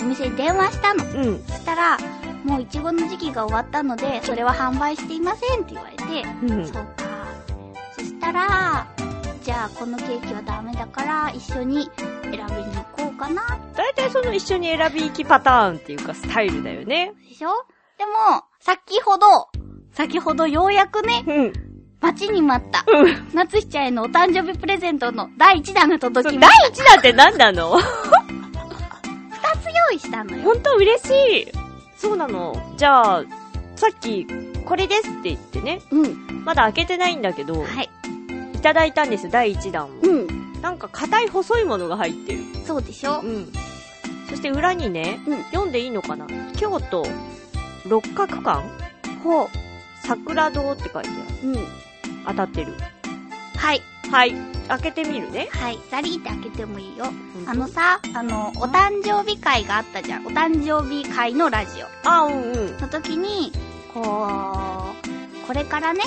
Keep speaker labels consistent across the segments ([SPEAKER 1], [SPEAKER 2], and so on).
[SPEAKER 1] お店に電話したの
[SPEAKER 2] うん。
[SPEAKER 1] そしたらもういちごの時期が終わったのでそれは販売していませんって言われて、
[SPEAKER 2] うん
[SPEAKER 1] そうかそしたらじゃあこのケーキはダメだから一緒に選びに行こうかな
[SPEAKER 2] 大体その一緒に選び行きパターンっていうかスタイルだよね。
[SPEAKER 1] でしょでも先ほど先ほどようやくね
[SPEAKER 2] うん。
[SPEAKER 1] 待ちに待った
[SPEAKER 2] うん。
[SPEAKER 1] 夏日ちゃんへのお誕生日プレゼントの第1弾が
[SPEAKER 2] そ
[SPEAKER 1] 届
[SPEAKER 2] う
[SPEAKER 1] き
[SPEAKER 2] 第
[SPEAKER 1] ました
[SPEAKER 2] 一弾って何なの
[SPEAKER 1] 2つ用意したのよ
[SPEAKER 2] 本当嬉しい。そうなの。じゃあ、さっき、これですって言ってね、
[SPEAKER 1] うん
[SPEAKER 2] まだ開けてないんだけど、
[SPEAKER 1] はい
[SPEAKER 2] い、ただいたんですよ、第1弾を。
[SPEAKER 1] うん
[SPEAKER 2] なんか硬い細いものが入ってる。
[SPEAKER 1] そうでしょ
[SPEAKER 2] うん。そして裏にね、
[SPEAKER 1] うん
[SPEAKER 2] 読んでいいのかな京都、六角館
[SPEAKER 1] ほう
[SPEAKER 2] 桜堂って書いてある。
[SPEAKER 1] うん
[SPEAKER 2] 当たってる。
[SPEAKER 1] はい
[SPEAKER 2] はい。開けてみるね。
[SPEAKER 1] はいザリーって開けてもいいよあのさ、あの、お誕生日会があったじゃん。お誕生日会のラジオ
[SPEAKER 2] あ、うんうん。
[SPEAKER 1] の時に、こう、これからね、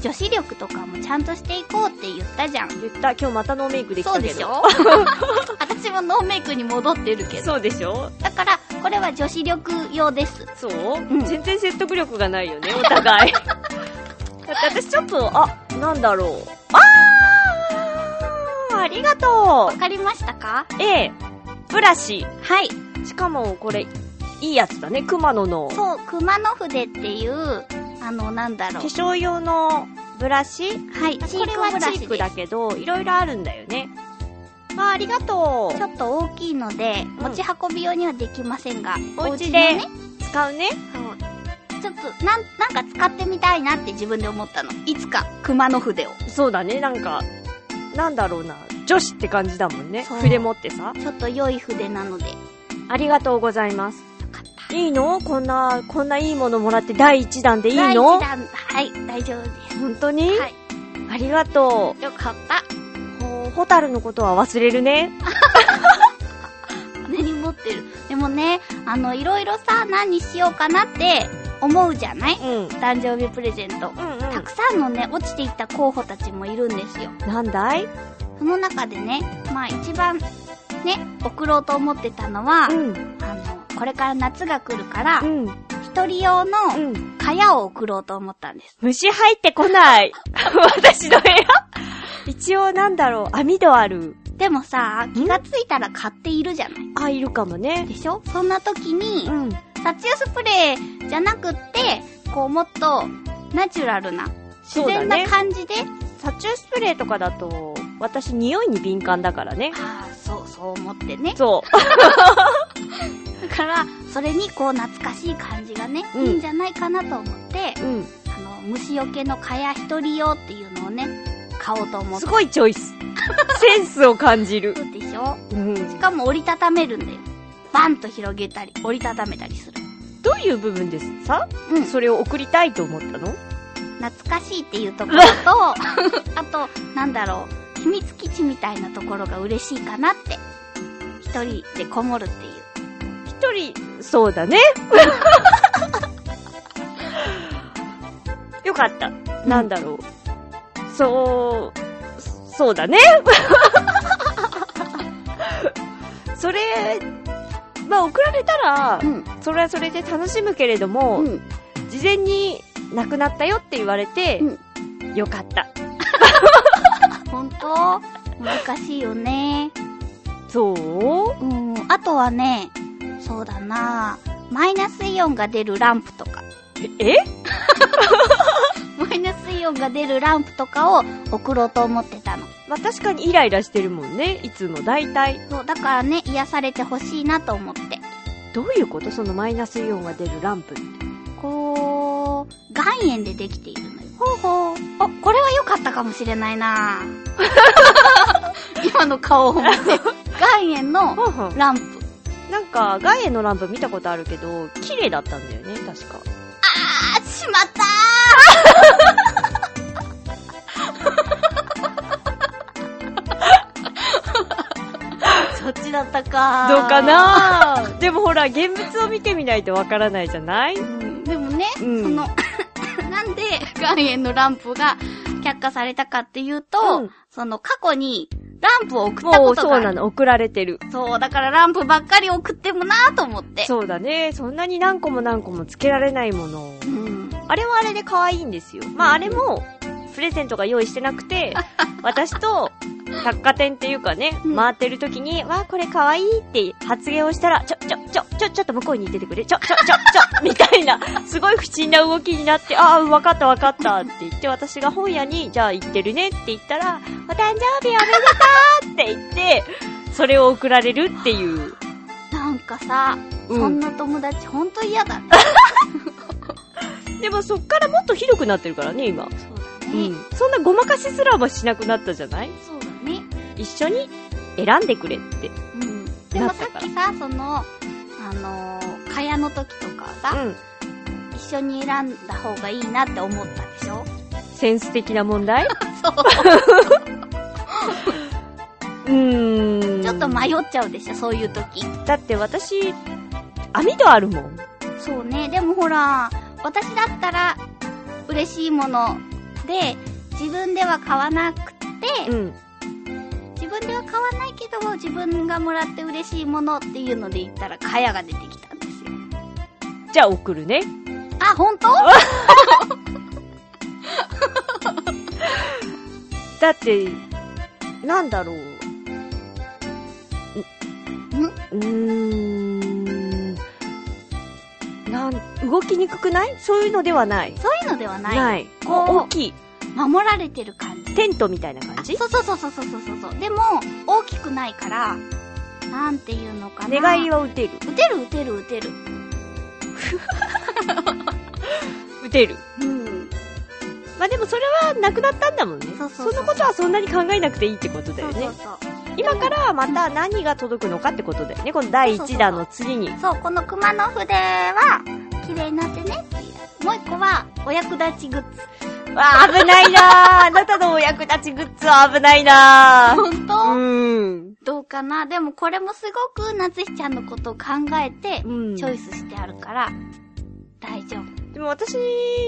[SPEAKER 1] 女子力とかもちゃんとしていこうって言ったじゃん。
[SPEAKER 2] 言った、今日またノーメイクできた
[SPEAKER 1] そう
[SPEAKER 2] けど。
[SPEAKER 1] でし ょ私もノーメイクに戻ってるけど。
[SPEAKER 2] そうでしょ
[SPEAKER 1] だから、これは女子力用です。
[SPEAKER 2] そう、
[SPEAKER 1] ん
[SPEAKER 2] 全然説得力がないよね、お互い。 だって私ちょっと、あ、なんだろう。あーありがと
[SPEAKER 1] わかりましたか
[SPEAKER 2] う !A、ブラシ。
[SPEAKER 1] はい。
[SPEAKER 2] しかもこれ、いいやつだね、熊野の。
[SPEAKER 1] そう、熊野筆っていう、あの、なんだろ
[SPEAKER 2] 化
[SPEAKER 1] う。
[SPEAKER 2] 粧用のブラシ
[SPEAKER 1] はい、チー
[SPEAKER 2] これは
[SPEAKER 1] クブラ
[SPEAKER 2] チ
[SPEAKER 1] シ
[SPEAKER 2] ーク
[SPEAKER 1] で
[SPEAKER 2] だ
[SPEAKER 1] す。
[SPEAKER 2] けど、いろいろあるんだよね。あー、ありがと
[SPEAKER 1] ちょっと大きいので、持ち運び用にはできませんが、
[SPEAKER 2] お家で
[SPEAKER 1] のね、
[SPEAKER 2] う。使うね。
[SPEAKER 1] ちょっと、なん、なんか使ってみたいなって自分で思ったの。いつか、熊の筆を。
[SPEAKER 2] そうだね、なんか、なんだろうな、女子って感じだもんね。
[SPEAKER 1] そう
[SPEAKER 2] 筆持ってさ。
[SPEAKER 1] ちょっと良い筆なので。よ
[SPEAKER 2] ありがとうございます。
[SPEAKER 1] かった。
[SPEAKER 2] いいのこんな、こんないいものもらって第1弾でいい
[SPEAKER 1] 第一
[SPEAKER 2] の
[SPEAKER 1] 弾はい、大丈夫で
[SPEAKER 2] 本当に、
[SPEAKER 1] す。はい。
[SPEAKER 2] ありがと
[SPEAKER 1] よかった。
[SPEAKER 2] う。ほホタルのことは忘れるね。
[SPEAKER 1] 何持ってる。でもね、あの、いろいろさ、何しようかなって思うじゃない
[SPEAKER 2] うん。うん
[SPEAKER 1] 誕生日プレゼント。たくさんのね、落ちていった候補たちもいるんですよ。
[SPEAKER 2] うん。なんだい
[SPEAKER 1] その中でね、まあ一番、ね、贈ろうと思ってたのは、
[SPEAKER 2] うん。
[SPEAKER 1] あの、これから夏が来るから
[SPEAKER 2] う、ん。
[SPEAKER 1] 一一人用の
[SPEAKER 2] うん。
[SPEAKER 1] 蚊帳を送ろうと思ったんです。
[SPEAKER 2] 虫入ってこない。 私の部屋。一応なんだろう、網戸ある。
[SPEAKER 1] でもさ、気がついたら買っているじゃない。
[SPEAKER 2] あ、いるかもね。
[SPEAKER 1] でしょそんな時に、
[SPEAKER 2] ん。
[SPEAKER 1] 殺虫スプレーじゃなくって、こうもっとナチュラルな、自
[SPEAKER 2] そうだ
[SPEAKER 1] 然な
[SPEAKER 2] ね。
[SPEAKER 1] 感じで、
[SPEAKER 2] 殺虫スプレーとかだと、私匂いに敏感だからね。
[SPEAKER 1] ああ、そう、そう思ってね。
[SPEAKER 2] そう。
[SPEAKER 1] だから、それにこう懐かしい感じがね、
[SPEAKER 2] うん
[SPEAKER 1] いいんじゃないかなと思って、
[SPEAKER 2] うん。
[SPEAKER 1] あの、虫除けの蚊帳一人用っていうのをね、買おうと思っ
[SPEAKER 2] す
[SPEAKER 1] て。
[SPEAKER 2] ごいチョイ ス。センスを感じる。
[SPEAKER 1] そうでしょ
[SPEAKER 2] うん。
[SPEAKER 1] しかも折りたためるんだよ。バンと広げたり、折りたためたりする。
[SPEAKER 2] どういう部分ですさ
[SPEAKER 1] うん。
[SPEAKER 2] それを送りたいと思ったの
[SPEAKER 1] 懐かしいっていうところと、あ と、なんだろう、秘密基地みたいなところが嬉しいかなって。一人でこもるっていう。
[SPEAKER 2] 一人、そうだ ね。よかった。なんだろう。そう、そうだね。 それ、まあ送られたら、
[SPEAKER 1] ん。
[SPEAKER 2] それはそれで楽しむけれども、
[SPEAKER 1] うん。
[SPEAKER 2] 事前に亡くなったよって言われて、よかった。
[SPEAKER 1] ほんと難しいよね。
[SPEAKER 2] そう
[SPEAKER 1] うん。あとはね、そうだなマイナスイオンが出るランプとか。
[SPEAKER 2] え
[SPEAKER 1] マイナスイオンが出るランプとかを送ろうと思ってたの。
[SPEAKER 2] まあ確かにイライラしてるもんね。いつも大体。
[SPEAKER 1] そう、だからね、癒されてほしいなと思って。
[SPEAKER 2] どういうことそのマイナスイオンが出るランプって。
[SPEAKER 1] こう、岩塩でできているのよ。ほうほう。あ、これは良かったかもしれない な今の顔を見て。 岩塩の
[SPEAKER 2] はんはん
[SPEAKER 1] ランプ。
[SPEAKER 2] なんか、岩塩のランプ見たことあるけど、綺麗だったんだよね、確か。
[SPEAKER 1] あー、しまったーそっちだったか
[SPEAKER 2] どうかなでもほら、現物を見てみないとわからないじゃない
[SPEAKER 1] うんでもね、
[SPEAKER 2] うん
[SPEAKER 1] その、 なんで岩塩のランプが却下されたかっていうと、
[SPEAKER 2] うん
[SPEAKER 1] その過去にランプを送った
[SPEAKER 2] も
[SPEAKER 1] こ
[SPEAKER 2] う、
[SPEAKER 1] と
[SPEAKER 2] そ
[SPEAKER 1] があ
[SPEAKER 2] う
[SPEAKER 1] る
[SPEAKER 2] なの、送られてる。
[SPEAKER 1] そう、だからランプばっかり送ってもなぁと思って。
[SPEAKER 2] そうだね、そんなに何個も何個もつけられないもの。
[SPEAKER 1] うん。
[SPEAKER 2] あれはあれで可愛いんですよ。まあ、あれも、プレゼントが用意してなく て、私と、百貨店っていうかね
[SPEAKER 1] う、ん
[SPEAKER 2] 回ってる時に、わあ、これ可愛いって発言をしたら、ちょ、ちょ、ちょ、ちょ、ちょっと向こうに行っててくれ、ちょ、ちょ、ちょ、ちょ、 みたいな、すごい不審な動きになって、ああ、わかったわかったって言って、私が本屋に、じゃあ行ってるねって言ったら、お誕生日おめでとうって言って、それを送られるっていう。
[SPEAKER 1] なんかさ、
[SPEAKER 2] うん
[SPEAKER 1] そんな友達ほんと嫌だね。
[SPEAKER 2] でもそっからもっとひどくなってるからね、今。
[SPEAKER 1] そうだ
[SPEAKER 2] う
[SPEAKER 1] ね。
[SPEAKER 2] ん。そんなごまかしすらもしなくなったじゃない
[SPEAKER 1] そうだね。
[SPEAKER 2] 一緒に選んでくれって。
[SPEAKER 1] うん。でも
[SPEAKER 2] なっ
[SPEAKER 1] さ
[SPEAKER 2] たか
[SPEAKER 1] っ
[SPEAKER 2] ら
[SPEAKER 1] きさ、その、あのー、蚊帳の時とかはさ、
[SPEAKER 2] ん。
[SPEAKER 1] 一緒に選んだ方がいいなって思ったでしょ
[SPEAKER 2] センス的な問 題
[SPEAKER 1] そう。
[SPEAKER 2] うーん。
[SPEAKER 1] ちょっと迷っちゃうでしょ、そういう時。
[SPEAKER 2] だって私、網戸あるもん。
[SPEAKER 1] そうね、でもほら、私だったら、嬉しいもので、自分では買わなくて、
[SPEAKER 2] うん。
[SPEAKER 1] 自分では買わないけども自分がもらって嬉しいものっていうので言ったらカヤが出てきたんですよ
[SPEAKER 2] じゃあ送るね。
[SPEAKER 1] あ本当
[SPEAKER 2] だって、なんだろう。うーん。なん、動きにくくないそういうのではない。
[SPEAKER 1] そういうのではない
[SPEAKER 2] ない。
[SPEAKER 1] こう
[SPEAKER 2] こう、大きい。
[SPEAKER 1] 守られてる感じ
[SPEAKER 2] テントみたいな感じ
[SPEAKER 1] そうそうそうそうそうそうそうでも大きくないからなんていうのかな
[SPEAKER 2] 寝返りは打てる。
[SPEAKER 1] 打てる打てる打てる
[SPEAKER 2] 打てる。
[SPEAKER 1] うん
[SPEAKER 2] まあでもそれはなくなったんだもんね。
[SPEAKER 1] そうそうそう
[SPEAKER 2] のことはそんなに考えなくていいってことだ
[SPEAKER 1] そ
[SPEAKER 2] よ
[SPEAKER 1] う
[SPEAKER 2] ね。
[SPEAKER 1] そうそう
[SPEAKER 2] 今からまた何が届くのかってことだよね。この第1弾の次に。
[SPEAKER 1] そうこの熊の筆は綺麗になってねっていうもう一個はお役立ちグッズ
[SPEAKER 2] わあ、危ないなあ。あなたのお役立ちグッズは危ないなあ。
[SPEAKER 1] 本当、
[SPEAKER 2] うん。
[SPEAKER 1] どうかなでもこれもすごく夏日ちゃんのことを考えて、
[SPEAKER 2] うん
[SPEAKER 1] チョイスしてあるから、大丈夫。
[SPEAKER 2] でも私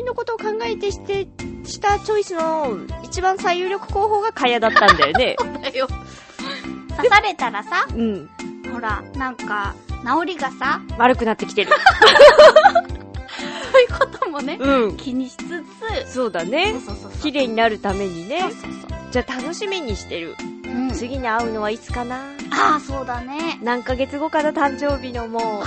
[SPEAKER 2] のことを考えてして、したチョイスの一番最有力候補がカヤだったんだよ ね。
[SPEAKER 1] だよ。刺されたらさ、
[SPEAKER 2] うん。
[SPEAKER 1] ほら、なんか、治りがさ、
[SPEAKER 2] 悪くなってきてる。
[SPEAKER 1] そういうこともね、
[SPEAKER 2] うん。
[SPEAKER 1] 気にしつつ、
[SPEAKER 2] そうだ
[SPEAKER 1] そ
[SPEAKER 2] ね
[SPEAKER 1] う。そうそうそう。
[SPEAKER 2] 綺麗になるためにね
[SPEAKER 1] そう。そうそう。
[SPEAKER 2] じゃあ楽しみにしてる。
[SPEAKER 1] うん、
[SPEAKER 2] 次に会うのはいつかな
[SPEAKER 1] ああ、そうだね。
[SPEAKER 2] 何ヶ月後かな誕生日のも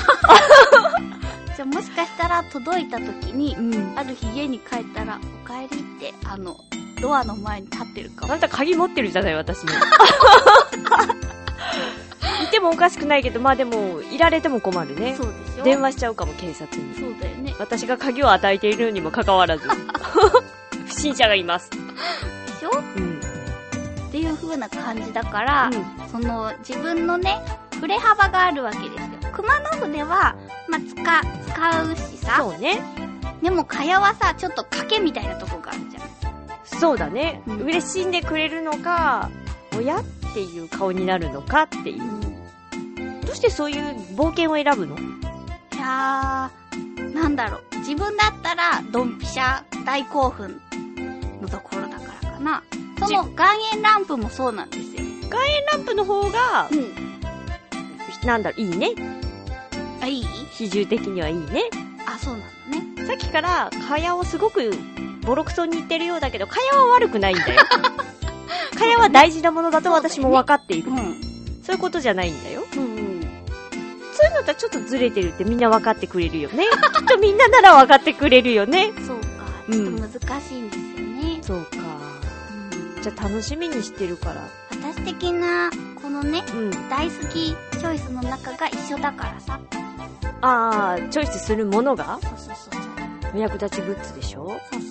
[SPEAKER 1] じゃあもしかしたら届いた時に
[SPEAKER 2] う。、うん。
[SPEAKER 1] ある日家に帰ったら、お帰りって、あの、ドアの前に立ってるか
[SPEAKER 2] あ
[SPEAKER 1] も。
[SPEAKER 2] なた鍵持ってるじゃない、私も。いてもおかしくないけど、まあでも、いられても困るね
[SPEAKER 1] そ。うでしょ
[SPEAKER 2] 電話しちゃうかも、警察に。
[SPEAKER 1] そうだよね。
[SPEAKER 2] 私が鍵を与えているにもかかわらず。不審者がいます。
[SPEAKER 1] でしょっ
[SPEAKER 2] うん。
[SPEAKER 1] ていう風な感じだから、
[SPEAKER 2] うん
[SPEAKER 1] その自分のね、触れ幅があるわけですよ。熊の筆は、まあ、使、使うしさ、
[SPEAKER 2] そうね。
[SPEAKER 1] でも、蚊帳はさ、ちょっと賭けみたいなとこがあるじゃん。
[SPEAKER 2] そうだね。
[SPEAKER 1] うん
[SPEAKER 2] 嬉しんでくれるのか、親っていう顔になるのかっていう。どうしてそういう冒険を選ぶの
[SPEAKER 1] いやー、なんだろう。自分だったら、ドンピシャ、大興奮のところだからかな。その、岩塩ランプもそうなんですよ。
[SPEAKER 2] ランプの方が、
[SPEAKER 1] うん。
[SPEAKER 2] なんだろう、いいね。
[SPEAKER 1] あ、いい
[SPEAKER 2] 比重的にはいいね。
[SPEAKER 1] あ、そうなのね。
[SPEAKER 2] さっきから、かやをすごく、ボロクソに言ってるようだけど、かやは悪くないんだ よ。かやは大事なものだと私も分かっている。
[SPEAKER 1] うん。
[SPEAKER 2] そういうことじゃないんだよ。
[SPEAKER 1] うんうん。
[SPEAKER 2] そういうのとはちょっとずれてるってみんな分かってくれるよね。 きっとみんななら分かってくれるよね。
[SPEAKER 1] そうか。ちょっと難しいんですよね。
[SPEAKER 2] そうか。じゃあ楽しみにしてるから。
[SPEAKER 1] うん、私的な、このね、
[SPEAKER 2] うん。
[SPEAKER 1] 大好きチョイスの中が一緒だからさ。
[SPEAKER 2] あー、チョイスするものが
[SPEAKER 1] そうそうそうそう。
[SPEAKER 2] お役立ちグッズでしょ
[SPEAKER 1] そうそう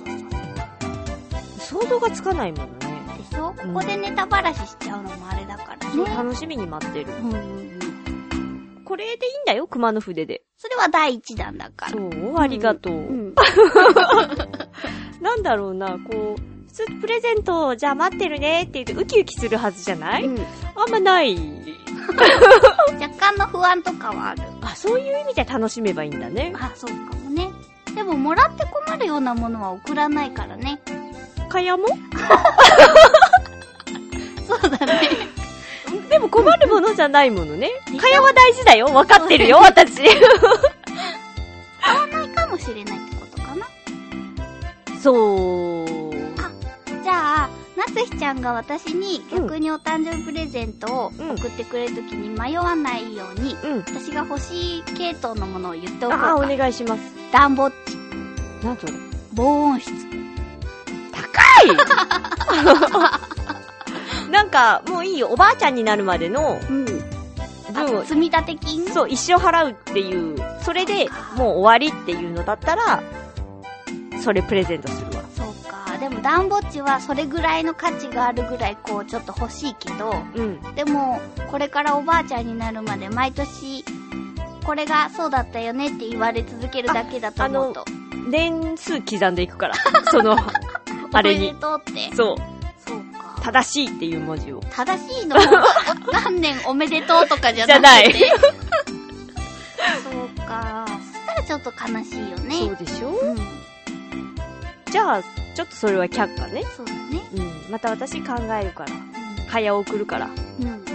[SPEAKER 1] そう。
[SPEAKER 2] 想像がつかないものね。
[SPEAKER 1] でしょ、ここでネタばらししちゃうのもあれだから
[SPEAKER 2] そう
[SPEAKER 1] ね。
[SPEAKER 2] 楽しみに待ってる。
[SPEAKER 1] うんうんうん。
[SPEAKER 2] これでいいんだよ、熊の筆で。
[SPEAKER 1] それは第一弾だから。
[SPEAKER 2] そう、ありがとう。
[SPEAKER 1] うん。
[SPEAKER 2] なんだろうな、こう、普通プレゼント、じゃあ待ってるねって言ってウキウキするはずじゃない、
[SPEAKER 1] うん
[SPEAKER 2] あんまない。
[SPEAKER 1] 若干の不安とかはある。
[SPEAKER 2] あ、そういう意味で楽しめばいいんだね。
[SPEAKER 1] あ、そうかもね。でも、もらって困るようなものは送らないからね。
[SPEAKER 2] かやも
[SPEAKER 1] そうだね。
[SPEAKER 2] でも困るものじゃないものね。かやは大事だよ。わかってるよ、私。
[SPEAKER 1] かもしれないってことかな。
[SPEAKER 2] そう。
[SPEAKER 1] じゃあ、なつひちゃんが私に逆にお誕生日プレゼントを送ってくれるときに迷わないように、
[SPEAKER 2] うん。
[SPEAKER 1] 私が欲しい系統のものを言っておこう
[SPEAKER 2] あー、お
[SPEAKER 1] か。
[SPEAKER 2] 願いします。
[SPEAKER 1] 暖房、
[SPEAKER 2] なんと、
[SPEAKER 1] 防音室。
[SPEAKER 2] 高い なんか、もういいよ。おばあちゃんになるまでの
[SPEAKER 1] うん。あ
[SPEAKER 2] 分を
[SPEAKER 1] と、積み立て金
[SPEAKER 2] そう、一生払うっていう、それでもう終わりっていうのだったら、それプレゼントするわ。
[SPEAKER 1] そうか。でも、暖房地はそれぐらいの価値があるぐらい、こう、ちょっと欲しいけど、
[SPEAKER 2] うん。
[SPEAKER 1] でも、これからおばあちゃんになるまで毎年、これがそうだったよねって言われ続けるだけだと思うと。
[SPEAKER 2] 年数刻んでいくから。 その、あれ
[SPEAKER 1] お
[SPEAKER 2] に
[SPEAKER 1] めで。とうって。
[SPEAKER 2] そう。
[SPEAKER 1] そうか。
[SPEAKER 2] 正しいっていう文字を。
[SPEAKER 1] 正 しいのも、何年おめでとうとかじゃなくて。
[SPEAKER 2] じ
[SPEAKER 1] そうか。そしたらちょっと悲しいよ
[SPEAKER 2] そう
[SPEAKER 1] ね。
[SPEAKER 2] でしょ
[SPEAKER 1] うん。
[SPEAKER 2] じゃあ、ちょっとそれは却下ね。
[SPEAKER 1] そうだね。
[SPEAKER 2] うん。また私考えるから。早送るから。
[SPEAKER 1] うん。 うん。か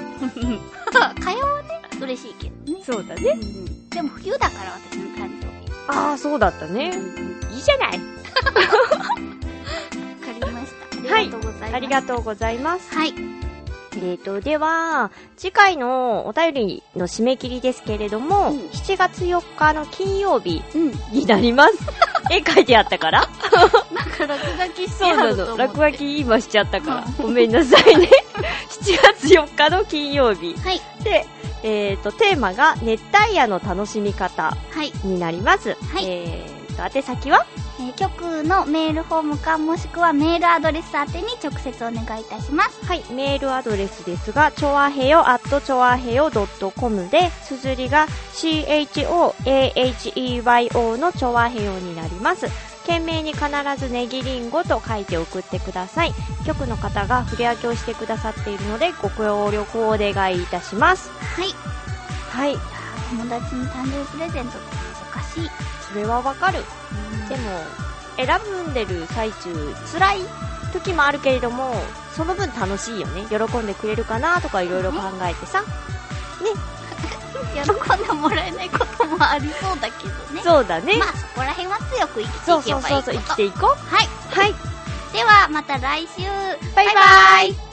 [SPEAKER 1] よはね、嬉しいけどね。
[SPEAKER 2] そうだ
[SPEAKER 1] う
[SPEAKER 2] ね。
[SPEAKER 1] ん。でも冬だから私の誕生日。
[SPEAKER 2] ああ、そうだったね。いいじゃない。
[SPEAKER 1] わかりました。
[SPEAKER 2] は
[SPEAKER 1] あ
[SPEAKER 2] い
[SPEAKER 1] りがとうございます。
[SPEAKER 2] ありがとうございます。
[SPEAKER 1] はい。
[SPEAKER 2] えーと、では、次回のお便りの締め切りですけれども、
[SPEAKER 1] うん
[SPEAKER 2] 7月4日の金曜日
[SPEAKER 1] うん。
[SPEAKER 2] になり ます。絵描いてあったから
[SPEAKER 1] なんか落書きして
[SPEAKER 2] そう
[SPEAKER 1] あ
[SPEAKER 2] な
[SPEAKER 1] ると思って。
[SPEAKER 2] の。落書き今しちゃったから。ごめんなさいね。7月4日の金曜日。
[SPEAKER 1] はい。
[SPEAKER 2] で、えーと、テーマが熱帯夜の楽しみ方
[SPEAKER 1] はい。
[SPEAKER 2] になります。
[SPEAKER 1] はい
[SPEAKER 2] えーと、宛先は
[SPEAKER 1] えー局のメールフォームかもしくはメールアドレス宛てに直接お願いいたします。
[SPEAKER 2] はい、メールアドレスですが、ちょわへよ at ちょわへよ .com で、綴りが CHOAHEYO のちょわへよになります。件名に必ずネギリンゴと書いて送ってください。局の方が振り分けをしてくださっているので、ご協力をお願いいたします。
[SPEAKER 1] はい。
[SPEAKER 2] はい、
[SPEAKER 1] 友達に誕生日プレゼントって難しい。
[SPEAKER 2] それはわかる。でも、選んでる最中、辛い時もあるけれども、その分楽しいよね。喜んでくれるかなとかいろいろ考えてさ。
[SPEAKER 1] 喜んでもらえないこともはありそうだけどね。
[SPEAKER 2] そうだね。
[SPEAKER 1] まあそこら辺は強く
[SPEAKER 2] そ
[SPEAKER 1] 生きていけ
[SPEAKER 2] うそう
[SPEAKER 1] ば
[SPEAKER 2] そ
[SPEAKER 1] いういこ
[SPEAKER 2] そう、
[SPEAKER 1] と。
[SPEAKER 2] 生きていこう。
[SPEAKER 1] はい。
[SPEAKER 2] はい。
[SPEAKER 1] ではまた来週。
[SPEAKER 2] バイバ
[SPEAKER 1] バ
[SPEAKER 2] イ
[SPEAKER 1] イバイ